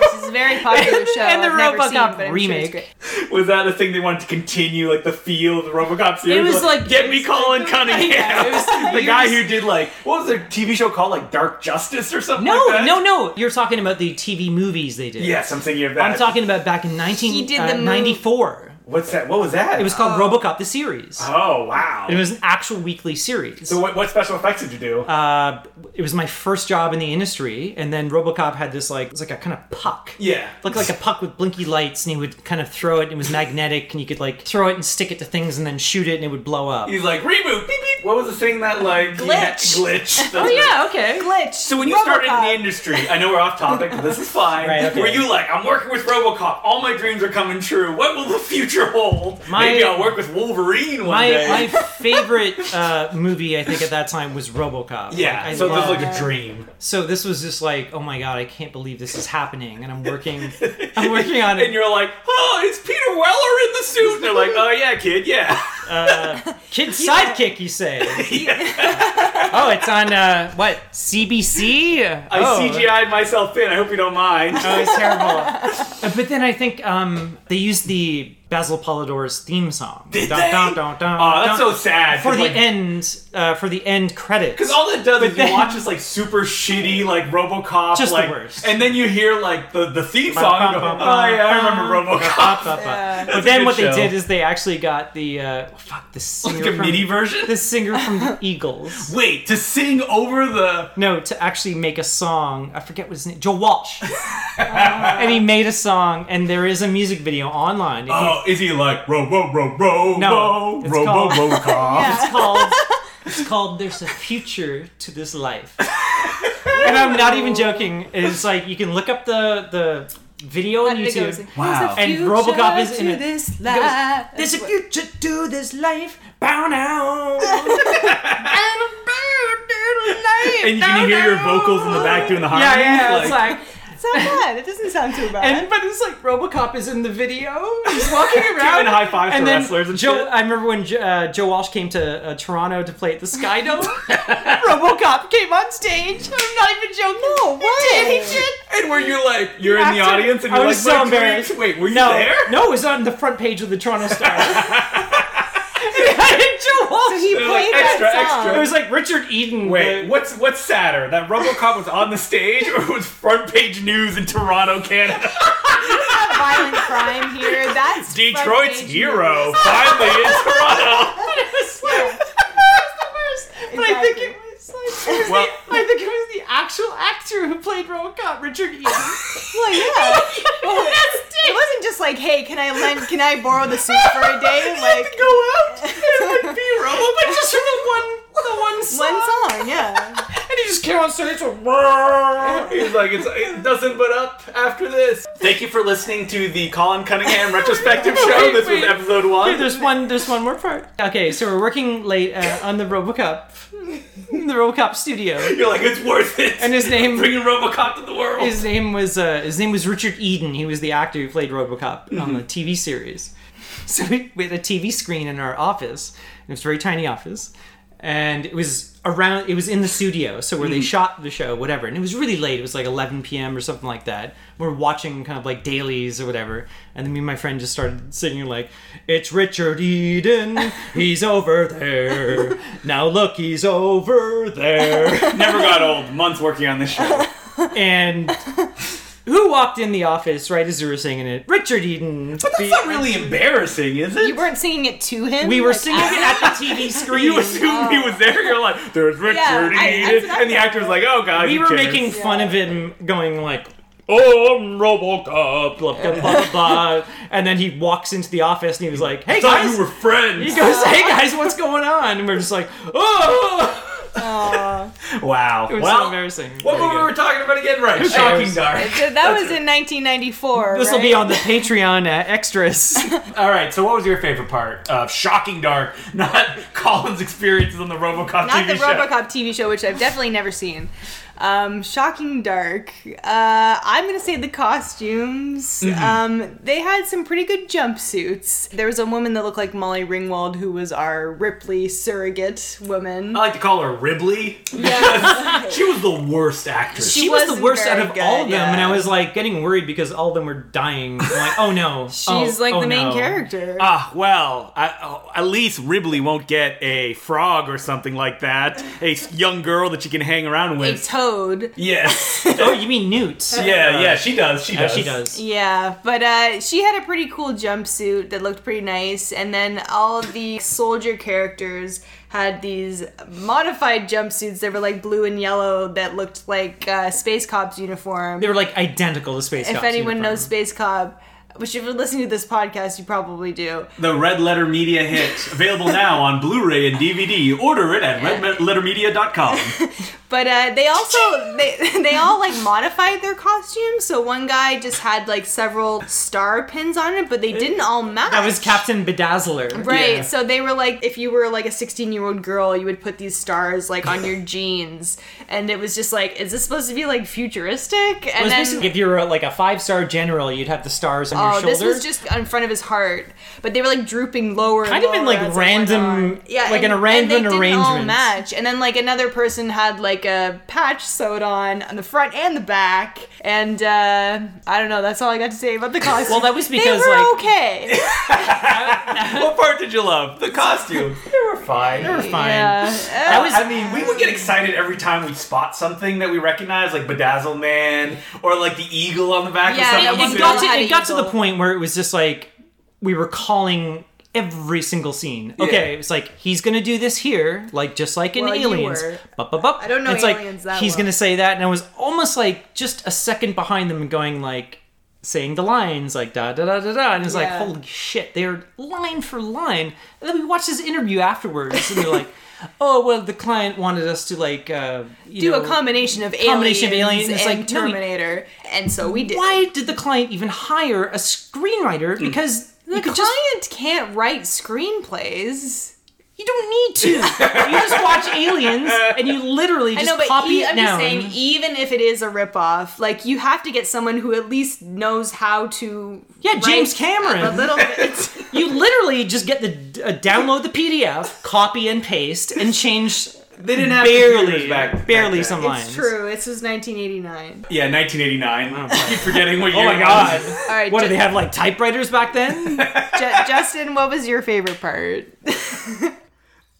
A: This is a very popular
C: And-
A: show.
C: and the
A: I've never seen,
C: RoboCop
A: but I'm sure it's
C: remake.
A: great.
B: Was that a thing they wanted to continue, like the feel of the RoboCop series?
C: It was like-
B: get me Colin Cunningham,
C: Yeah, it was
B: the guy
C: years-
B: who did like what was their TV show called, like Dark Justice or something?
C: No,
B: like that?
C: no, no. You're talking about the TV movies they did.
B: Yes, I'm thinking of that.
C: I'm talking about back in 1994.
A: He did the mov-
B: What's that? What was that?
C: It was called RoboCop the series.
B: Oh wow!
C: It was an actual weekly series.
B: so what, what special effects did you do?
C: uh, it was my first job in the industry, and then RoboCop had this like it was like a kind of puck.
B: yeah,
C: Looked like a puck with blinky lights, and he would kind of throw it. and It was magnetic, and you could like throw it and stick it to things, and then shoot it, and it would blow up.
B: he's like reboot. Beep, beep. What was the thing that like glitch? glitch.
C: Oh yeah, okay.
A: Glitch.
B: So when you started in the industry, I know we're off topic, but this is fine.
C: Right, okay.
B: Were you like, I'm working with RoboCop, all my dreams are coming true. What will the future hold?
C: My-
B: Maybe I'll work with Wolverine one
C: My,
B: day.
C: my favorite uh, movie I think at that time was RoboCop.
B: yeah,
C: Like, I
B: so this
C: loved-
B: was like a dream.
C: so this was just like oh my god I can't believe this is happening, and I'm working I'm working on
B: And
C: it.
B: you're like, oh, it's Peter Weller in the suit. And they're like, oh yeah, kid, yeah.
C: Kid sidekick, you say? oh, it's on uh, what CBC?
B: I
C: oh.
B: CGI'd myself in. I hope you don't mind.
C: Oh, it's terrible. Uh, but then I think um, they used the Basil Polidor's theme song.
B: Did
C: Dun,
B: they?
C: dun, dun, dun,
B: Aw, that's
C: dun.
B: so sad, 'cause,
C: For the
B: like-
C: end, uh, for the end credits.
B: Because all that does is
C: then-
B: you watch this like super shitty like RoboCop,
C: Just the
B: like,
C: worst.
B: and then you hear like the, the theme song. And you go, oh yeah, I remember RoboCop.
C: But then
B: good
C: what they
B: show.
C: did is they actually got the uh, fuck the singer
B: Like a
C: from
B: MIDI version.
C: the singer from the Eagles.
B: Wait to sing over the
C: No, to actually make a song. I forget what his name. Joe Walsh. and he made a song, and there is a music video online. If you-
B: oh is he like ro ro ro ro
C: No,
B: ro
C: it's
B: ro
C: called-
B: ro cop?
C: It's called. It's called "There's a Future to This Life," and I'm not even joking. It's like you can look up the the video on
A: It goes,
C: YouTube.
B: Wow.
C: And
A: "Future
C: Robocop is in
A: to
C: it.
A: This
C: It goes,
A: life.
C: There's a future to this life. Bow now.
B: And you can hear your vocals in the back doing the harmonies.
C: yeah, yeah.
B: like,
C: It's like,
A: It's not bad. It doesn't sound too bad.
C: and but it's like RoboCop is in the video. He's walking around.
B: giving high fives
C: and
B: to
C: then
B: wrestlers and
C: Joe,
B: shit.
C: I remember when Jo- uh, Joe Walsh came to uh, Toronto to play at the Sky Dome. RoboCop came on stage. I'm not even joking.
A: No
C: He
A: way.
C: did. He did.
B: And were you like you're in the
C: After-
B: audience and
C: I
B: you're like
C: was
B: "My
C: so
B: dreams."
C: embarrassed.
B: Wait, were you
C: no,
B: there?
C: No, it was on the front page of the Toronto Star. Joe Walsh.
A: So he
B: They're
A: played
B: like,
A: that
B: "Extra,
A: song.
B: extra."
C: it was like Richard Eden.
B: Wait,
C: the-
B: what's what's sadder? That RoboCop was on the stage or was front page news in Toronto, Canada?
A: Not violent crime here. That's
B: Detroit's
A: front page
B: hero
A: news.
B: finally in Toronto.
A: Yeah.
C: But I think it
A: Exactly.
C: was. Like, it was
B: Well-
C: the, I think it was the actual actor who played RoboCop, Richard Oh, Eden.
A: Well, yeah. Well, it wasn't just like, hey, can I lend, can I borrow the suit for a day? Like
C: go out and like, be Robo, but just for the one, the one song.
A: one song, yeah.
C: And he just came on stage and went,
B: He's like, it's, it doesn't but up after this. Thank you for listening to the Colin Cunningham retrospective show.
C: Wait,
B: This was
C: wait.
B: episode one.
C: Dude, there's one. There's one more part. Okay, so we're working late uh, on the RoboCop, the RoboCop studio.
B: You're like, it's worth it.
C: And his name-
B: bringing RoboCop to the world.
C: His name was uh, his name was Richard Eden. He was the actor who played RoboCop on the TV series. So we, we had a TV screen in our office. It was a very tiny office, and it was around. It was in the studio, so where they shot the show, whatever. And it was really late. It was like 11 p.m. or something like that. We're watching kind of like dailies or whatever. And then me and my friend just started singing like, "It's Richard Eden. He's over there. Now look, he's over there."
B: never got old. Months working on this show.
C: and who walked in the office right as we were singing it? Richard Eden. But
B: It's not really embarrassing, is it?
A: You weren't singing it to him.
C: we were
A: Like,
C: singing it at the TV screen.
B: You assume he was there. You're like, there's Richard
A: I- that's
B: Eden,
A: what I
B: and the actor's like, oh god.
C: we
B: who
C: were
B: cares?
C: making fun of him, going like, "Oh, I'm RoboCop," blah blah blah blah, blah. and then he walks into the office and he was like, "Hey
B: Thought
C: guys."
B: you were friends.
C: he goes, "Hey guys, what's going on?" And we're just like, "Oh!"
A: aw.
B: wow.
C: It was so
B: well,
C: embarrassing.
B: what
C: Very
B: movie
C: good.
B: were we talking about again? Right. Shocking
C: cares?
B: Dark.
A: So that was in 1994.
C: This will
A: right?
C: be on the Patreon uh, extras.
B: All right. So, what was your favorite part of Shocking Dark? Not Colin's experiences on the RoboCop
A: not
B: TV
A: the
B: show.
A: RoboCop TV show, which I've definitely never seen. Um, shocking dark. Uh, I'm gonna say the costumes. Um, they had some pretty good jumpsuits. There was a woman that looked like Molly Ringwald, who was our Ripley surrogate woman.
B: I like to call her Ribley. she was the worst actress.
A: She
C: she was the
A: wasn't
C: worst out
A: very
C: of
A: good,
C: all of them, and I
A: yeah.
C: was like getting worried because all of them were dying. I'm like, oh no,
A: She's like
C: oh,
A: the main
C: character.
A: character.
B: Ah, well, I, oh, at least Ribley won't get a frog or something like that. A s- young girl that she can hang around
A: a
B: with.
A: toad.
B: Yes.
C: Oh, you mean Newt?
B: yeah, yeah, she does. She
C: Yeah,
B: does.
C: she does.
A: Yeah, but uh, she had a pretty cool jumpsuit that looked pretty nice, and then all of the soldier characters had these modified jumpsuits that were like blue and yellow that looked like uh, space cop's uniform.
C: They were like identical to Space
A: if
C: Cop's
A: anyone
C: uniform.
A: knows space cop, which if you're listening to this podcast, you probably do.
B: The Red Letter Media hit. Available now on Blu-ray and DVD. Order it at redlettermedia.com.
A: But uh, they also they they all like modified their costumes. So one guy just had like several star pins on it, but they didn't all match.
C: that was Captain Bedazzler.
A: Right.
B: Yeah.
A: So they were like, if you were like a 16 year old girl, you would put these stars like on your jeans. And it was just like, is this supposed to be like futuristic?
C: It
A: And
C: was basically if you were like a five star general, you'd have the stars on
A: oh,
C: your shoulder.
A: this was just in front of his heart. But they were like drooping lower.
C: Kind
A: and
C: of in,
A: lower
C: like,
A: as it went
C: random-
A: on. Yeah. and,
C: like in a random
A: and they didn't all
C: arrangement.
A: match. And then like another person had like like a patch sewed on on the front and the back. And uh, I don't know. That's all I got to say about the costume.
C: Well, that was because,
A: they were
C: like-
A: okay.
B: what part did you love? The costume.
E: They were fine.
C: We're fine.
A: Yeah.
C: That was
B: I mean, we would get excited every time we spot something that we recognize, like Bedazzle Man or like the eagle on the back
A: Yeah,
B: of
A: it
B: something.
A: was
C: it got,
A: had
C: to,
A: an
C: it got to the
A: eagle.
C: point where it was just like we were calling every single scene. Okay, it was like he's gonna do this here, like just like in
A: Well, you
C: Aliens.
A: were.
C: Bup, bup, bup.
A: I don't know
C: it's
A: Aliens
C: like
A: that
C: he's
A: well.
C: gonna say that, and I was almost like just a second behind them and going like saying the lines like da da da da da, and it's like
A: Yeah.
C: holy shit, they're line for line. And then we watched this interview afterwards, and they're like. Oh well, the client wanted us to like uh, you
A: do
C: know,
A: a combination of
C: combination of
A: aliens,
C: aliens, it's
A: and
C: like, no, we-
A: Terminator, and so we did.
C: why did the client even hire a screenwriter?
B: Hmm.
C: Because
A: The
C: you could
A: client
C: just
A: can't write screenplays.
C: you don't need to. you just watch Aliens and you literally
A: I
C: just
A: know, but
C: copy
A: e-
C: it
A: I'm
C: down.
A: just saying, even if it is a ripoff, like you have to get someone who at least knows how to.
C: Yeah,
A: write
C: James Cameron.
A: A little bit.
C: you literally just get the uh, download the PDF, copy and paste, and change
B: They didn't have
C: barely
B: computers back, back
C: barely
B: then.
C: some lines.
A: it's true. This was 1989.
B: Yeah, 1989. I keep forgetting what
C: Oh
B: year.
C: my
B: it
C: god!
B: was.
A: All right,
C: What do
A: Ju-
C: they have like typewriters back then?
A: Ju- Justin, what was your favorite part?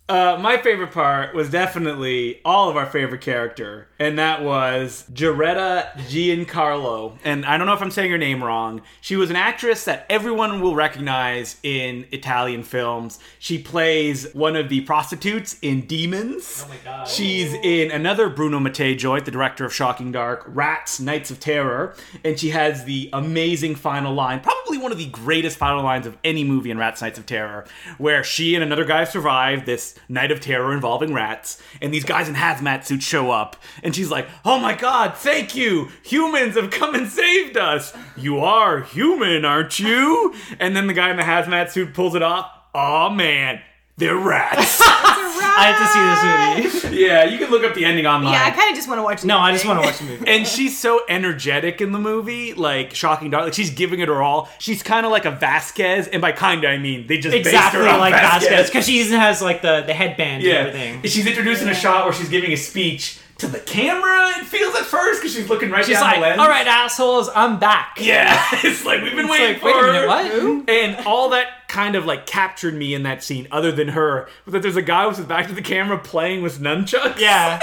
B: Uh, my favorite part was definitely all of our favorite character, and that was Jaretta Giancarlo. And I don't know if I'm saying her name wrong. She was an actress that everyone will recognize in Italian films. She plays one of the prostitutes in Demons. Oh my god. She's in another Bruno Mattei joint, the director of Shocking Dark, Rats, Knights of Terror, and she has the amazing final line, probably one of the greatest final lines of any movie in Rats, Knights of Terror, where she and another guy survive this night of terror involving rats, and these guys in hazmat suits show up, and she's like, "Oh my god, thank you! Humans have come and saved us. You are human, aren't you?" And then the guy in the hazmat suit pulls it off. Aw man, they're rats.
C: I have to see this movie.
B: yeah, you can look up the ending online.
A: Yeah, I kind of just want to watch. the
C: No, I just
A: ending.
C: want to watch the movie.
B: and she's so energetic in the movie, like shocking dark. Like she's giving it her all. She's kind of like a Vasquez, and by kind I mean they just
C: Exactly
B: based her on
C: like
B: Vasquez.
C: Vasquez, because she even has like the, the headband
B: yeah,
C: and everything.
B: she's introducing a shot where she's giving a speech to the camera. It feels at first because she's looking right
C: She's
B: down
C: like,
B: the lens.
C: all right, assholes, I'm back.
B: Yeah, it's like we've been
C: It's
B: waiting
C: like,
B: for
C: wait a minute,
B: her.
C: what?
B: And all that kind of like captured me in that scene, other than her, was that there's a guy with his back to the camera playing with nunchucks.
C: Yeah,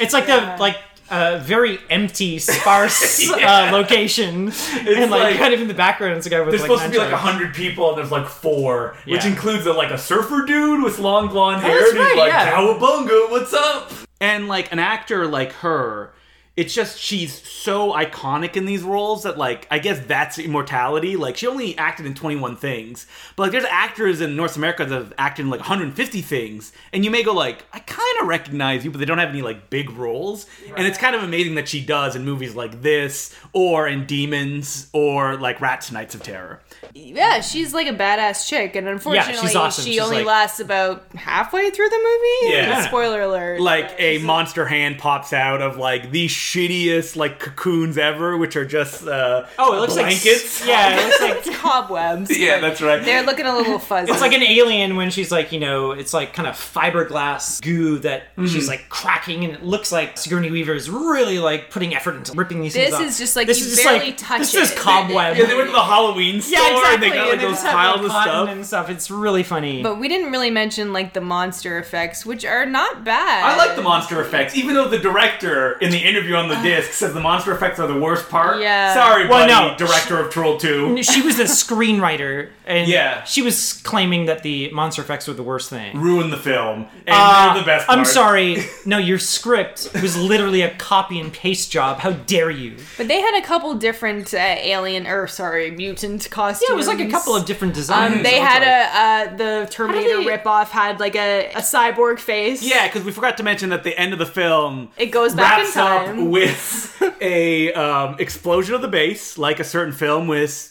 C: it's like the like uh, very empty, sparse
B: Yeah.
C: uh, location, and like,
B: like-
C: kind of in the background, it's a guy with
B: There's
C: like,
B: supposed to be like a
C: nunchucks.
B: hundred people, and there's like four, which
C: Yeah.
B: includes a, like a surfer dude with long blonde hair,
C: that's
B: and he's
C: right,
B: like,
C: yeah.
B: "Cowabunga, what's up?" And like an actor like her, it's just she's so iconic in these roles that like I guess that's immortality. Like she only acted in 21 things, but like there's actors in North America that have acted in like 150 things, and you may go like, "I kind of recognize you," but they don't have any like big roles, and it's kind of amazing that she does in movies like this or in Demons or like Rats: Knights of Terror.
A: Yeah, she's like a badass chick, and unfortunately,
C: awesome.
A: she
C: She's
A: only
C: like-
A: lasts about halfway through the movie.
B: Yeah.
A: Spoiler alert.
B: like a monster hand pops out of like the shittiest like cocoons ever, which are just uh,
C: Oh, it looks
B: blankets.
C: like yeah, it looks like
A: it's cobwebs.
B: yeah, that's right.
A: They're looking a little fuzzy.
C: it's like an alien when she's like you know it's like kind of fiberglass goo that
B: Mm-hmm.
C: she's like cracking, and it looks like Sigourney Weaver is really like putting effort into ripping these.
A: This
C: things off.
A: is just, like,
C: this
A: you
C: is just
A: barely
C: like
A: touch
C: this
A: it.
C: is cobweb.
B: yeah, they went to the Halloween store and
A: exactly,
B: they got like
A: and they
B: those
A: just have,
B: piles of
C: Cotton
B: stuff.
C: and stuff. It's really funny.
A: but we didn't really mention like the monster effects, which are not bad.
B: I like the monster effects, even though the director in the interview on the disc says the monster effects are the worst part.
A: Yeah.
B: Sorry,
C: Well,
B: buddy,
C: no.
B: director of Troll 2.
C: she was the screenwriter, and
B: Yeah.
C: she was claiming that the monster effects were the worst thing.
B: Ruined the film. And
C: Uh,
B: they're the best
C: I'm
B: part.
C: sorry. No, your script was literally a copy and paste job. How dare you?
A: But they had a couple different uh, alien, or sorry, mutant costumes.
C: Yeah, it was like a couple of different designs.
A: Um, they
C: It looked
A: had
C: like-
A: a uh, the Terminator
C: they-
A: ripoff had like a, a cyborg face.
B: Yeah, because we forgot to mention that the end of the film
A: It goes back in
B: wraps
A: time.
B: up with a um, explosion of the base, like a certain film with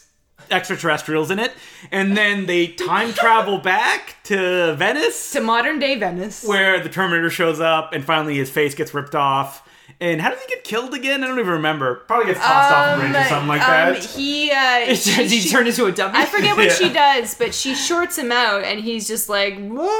B: extraterrestrials in it, and then they time travel back to Venice,
A: to modern day Venice.
B: where the Terminator shows up, and finally his face gets ripped off. And how does he get killed again? I don't even remember. Probably gets tossed off a bridge or something like
A: um,
B: that.
A: He, uh,
C: Did he
A: she-
C: turn into a dummy?
A: I forget what
B: Yeah.
A: she does, but she shorts him out, and he's just like,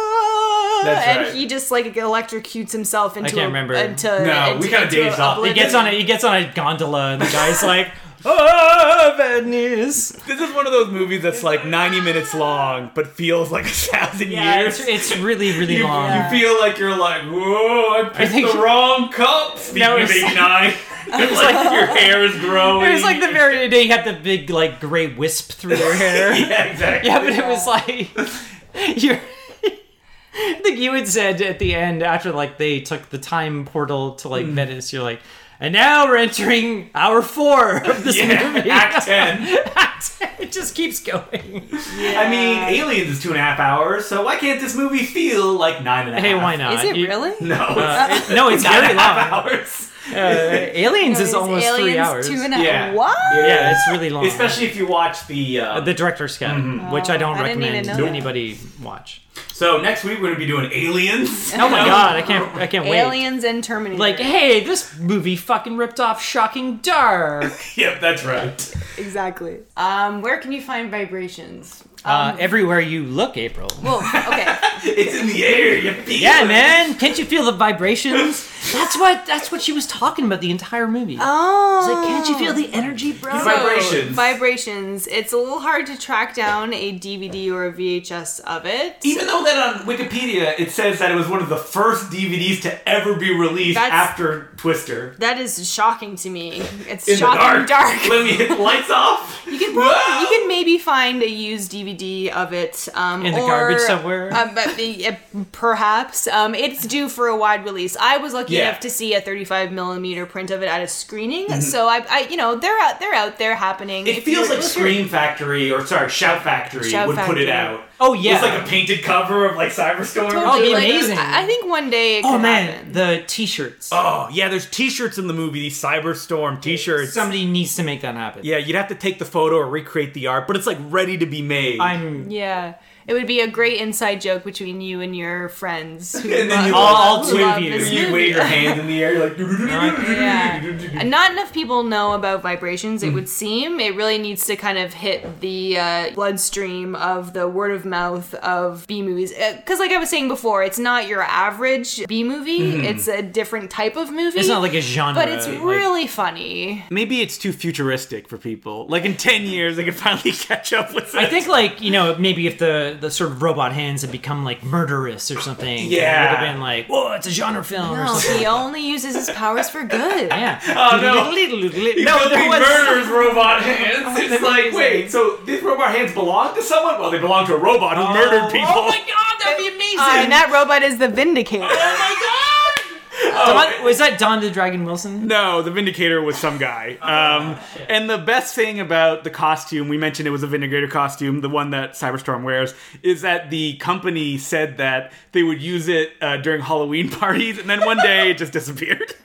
A: whoa,
B: That's
A: and
B: right.
A: he just like electrocutes himself into.
C: can't
A: a,
C: remember.
A: Into,
B: No, we kinda dazed off. He
C: He gets on a he gets on a gondola and the guy's like, Oh bad news.
B: This is one of those movies that's like 90 minutes long, but feels like a thousand
C: Yeah,
B: years.
C: it's, it's really, really
B: you,
C: long.
B: you feel like you're like, whoa, I picked
C: think-
B: the wrong cup. Speaking
C: No,
B: of
C: it's-
B: 89, it's like, your hair is growing.
C: It was like the very day you had the big like gray wisp through your hair.
B: yeah, exactly.
C: Yeah, but it was like you're. I think you had said at the end after like they took the time portal to
B: Mm.
C: like Venice, you're like, and now we're entering hour four of this
B: Yeah,
C: movie.
B: Act 10.
C: it just keeps going.
B: I mean, Aliens is two and a half hours, so why can't this movie feel like nine and a half?
C: Hey, why not?
A: Is it
C: You-
A: really?
B: No,
C: Uh,
B: it's
C: it- no, it's
B: nine
C: very
B: and a half
C: long.
B: hours.
C: Uh, Aliens
A: It was
C: is almost
A: aliens
C: three hours.
A: Two and a half.
B: Yeah.
A: What?
C: yeah, it's really long.
B: Especially if you watch the. Uh,
C: the director's cut,
B: Mm-hmm.
C: which I don't
A: Oh, I didn't even
C: recommend
A: know that.
C: anybody watch.
B: so next week we're gonna be doing Aliens.
C: Oh my god, I can't, I can't wait.
A: Aliens and Terminator.
C: Like, hey, this movie fucking ripped off Shocking Dark.
B: yep, that's right.
A: exactly. Um, where can you find vibrations?
B: Um,
C: Uh, everywhere you look, April.
A: Well, okay.
B: It's in the air. You feel
C: Yeah,
B: it.
C: man. Can't you feel the vibrations? That's what that's what she was talking about the entire movie.
A: Oh.
C: It's like, can't you feel
B: Oh.
C: the energy, bro?
B: Vibrations.
A: Vibrations. It's a little hard to track down a DVD or a VHS of it.
B: Even though that on Wikipedia it says that it was one of the first DVDs to ever be released
A: That's-
B: after Twister.
A: That is shocking to me. It's
B: In
A: shocking
B: the dark. Let me hit the lights off.
A: You can
B: Whoa!
A: probably, you can maybe find a used DVD of it um,
C: In the
A: or,
C: garbage somewhere.
A: Um, but the, uh, perhaps um, it's due for a wide release. I was lucky
B: Yeah.
A: enough to see a 35 millimeter print of it at a screening,
C: Mm-hmm.
A: so I, I you know they're out they're out there happening.
B: It
A: If
B: feels
A: you're-
B: like
A: if you're-
B: Scream Factory or sorry, Shout Factory
A: Shout
B: would put it
A: Factory.
B: out.
C: Oh yeah.
B: It's like a painted cover of like Cyberstorm.
A: Totally,
C: Oh, it'd be
A: like,
C: amazing.
A: I I think one day. It
C: oh
A: could
C: man,
A: happen.
C: the t-shirts.
B: Oh yeah, there's T-shirts in the movie. These Cyberstorm T-shirts.
C: Somebody needs to make that happen.
B: Yeah, you'd have to take the photo or recreate the art, but it's like ready to be made.
C: I'm
A: Yeah. It would be a great inside joke between you and your friends who
B: And then
A: love,
B: you
C: all- all two
A: love
C: of you.
A: this
B: you
A: movie.
B: wave your hand in the air, you're like.
A: Yeah. And not enough people know about vibrations,
C: Hmm.
A: it would seem. It really needs to kind of hit the uh, bloodstream of the word of mouth of B movies. Because, like I was saying before, it's not your average B movie, it's a different type of movie.
C: Hmm. it's not like a genre.
A: But it's
C: like-
A: really funny.
B: Maybe it's too futuristic for people. Like in ten years, they could finally catch up with it.
C: I think like, you know, maybe if the the sort of robot hands had become like murderous or something.
B: Yeah.
C: It would have been like, whoa, it's a genre film or
A: No,
C: something.
A: he only uses his powers for good.
C: Yeah.
B: Oh, no.
C: No, there was
B: murders robot hands. It's like,
A: amazing.
B: wait, so these robot hands belong to someone? Well, they belong to a robot who murdered people.
C: Oh my god, that'd be amazing.
A: Uh, and that robot is the Vindicator.
B: Oh my god!
C: Don- was that Don the Dragon Wilson?
B: No, the Vindicator was some guy.
C: Oh,
B: Um, and the best thing about the costume, we mentioned it was a Vindicator costume, the one that Cyberstorm wears, is that the company said that they would use it uh, during Halloween parties, and then one day it just disappeared.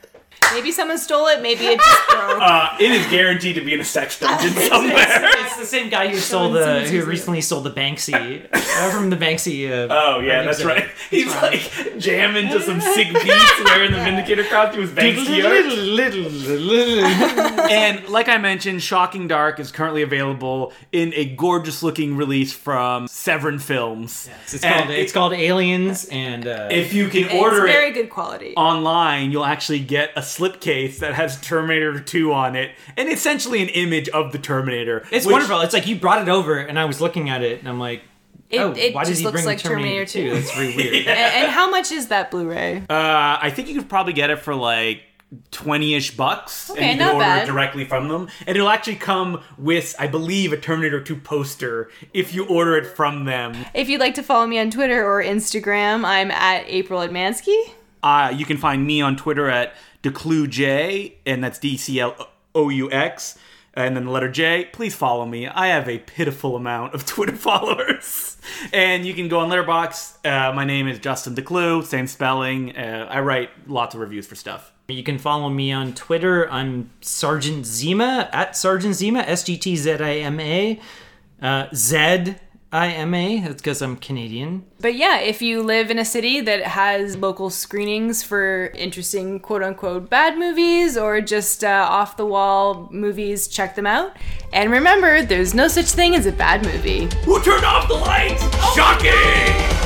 A: Maybe someone stole it, maybe it just broke.
B: Uh, it is guaranteed to be in a sex dungeon somewhere.
C: It's the same guy who sold the who recently sold the Banksy uh, from the Banksy. Uh,
B: Oh yeah, that's
C: exhibit.
B: right. He's like jamming to some sick beats wearing the Vindicator costume with Banksy art. and like I mentioned, Shocking Dark is currently available in a gorgeous looking release from Severin Films.
C: It's
B: And
C: called it's called Aliens and uh,
B: If you can
A: it's
B: order
A: very
B: it
A: good quality.
C: Oh,
B: online, you'll actually get a slipcase that has Terminator 2 on it and essentially an image of the Terminator.
C: it's
B: which-
C: wonderful. It's like you brought it over and I was looking at it and I'm like,
A: It-
C: oh,
A: it
C: why did
A: just
C: he
A: looks
C: bring
A: like
C: the Terminator,
A: Terminator
C: 2? That's really weird.
A: A- and how much is that Blu-ray?
B: Uh, I think you could probably get it for like 20-ish bucks
A: Okay,
B: and you
A: not
B: can order
A: bad.
B: it directly from them and it'll actually come with i believe a terminator 2 poster if you order it from them
A: If you'd like to follow me on Twitter or Instagram, I'm at April Admansky.
B: uh, you can find me on twitter at decluj and that's E d-c-l-o-u-x and then the letter j please follow me i have a pitiful amount of twitter followers and you can go on letterbox uh, my name is justin declue same spelling uh, i write lots of reviews for stuff
C: You can follow me on Twitter. I'm Sergeant Zima at Sergeant Zima S G T Z I M A uh, Z I am a. That's because I'm Canadian.
A: But yeah, if you live in a city that has local screenings for interesting quote unquote bad movies or just uh, off the wall movies, check them out. And remember, there's no such thing as a bad movie.
E: Who turned off the lights? Shocking!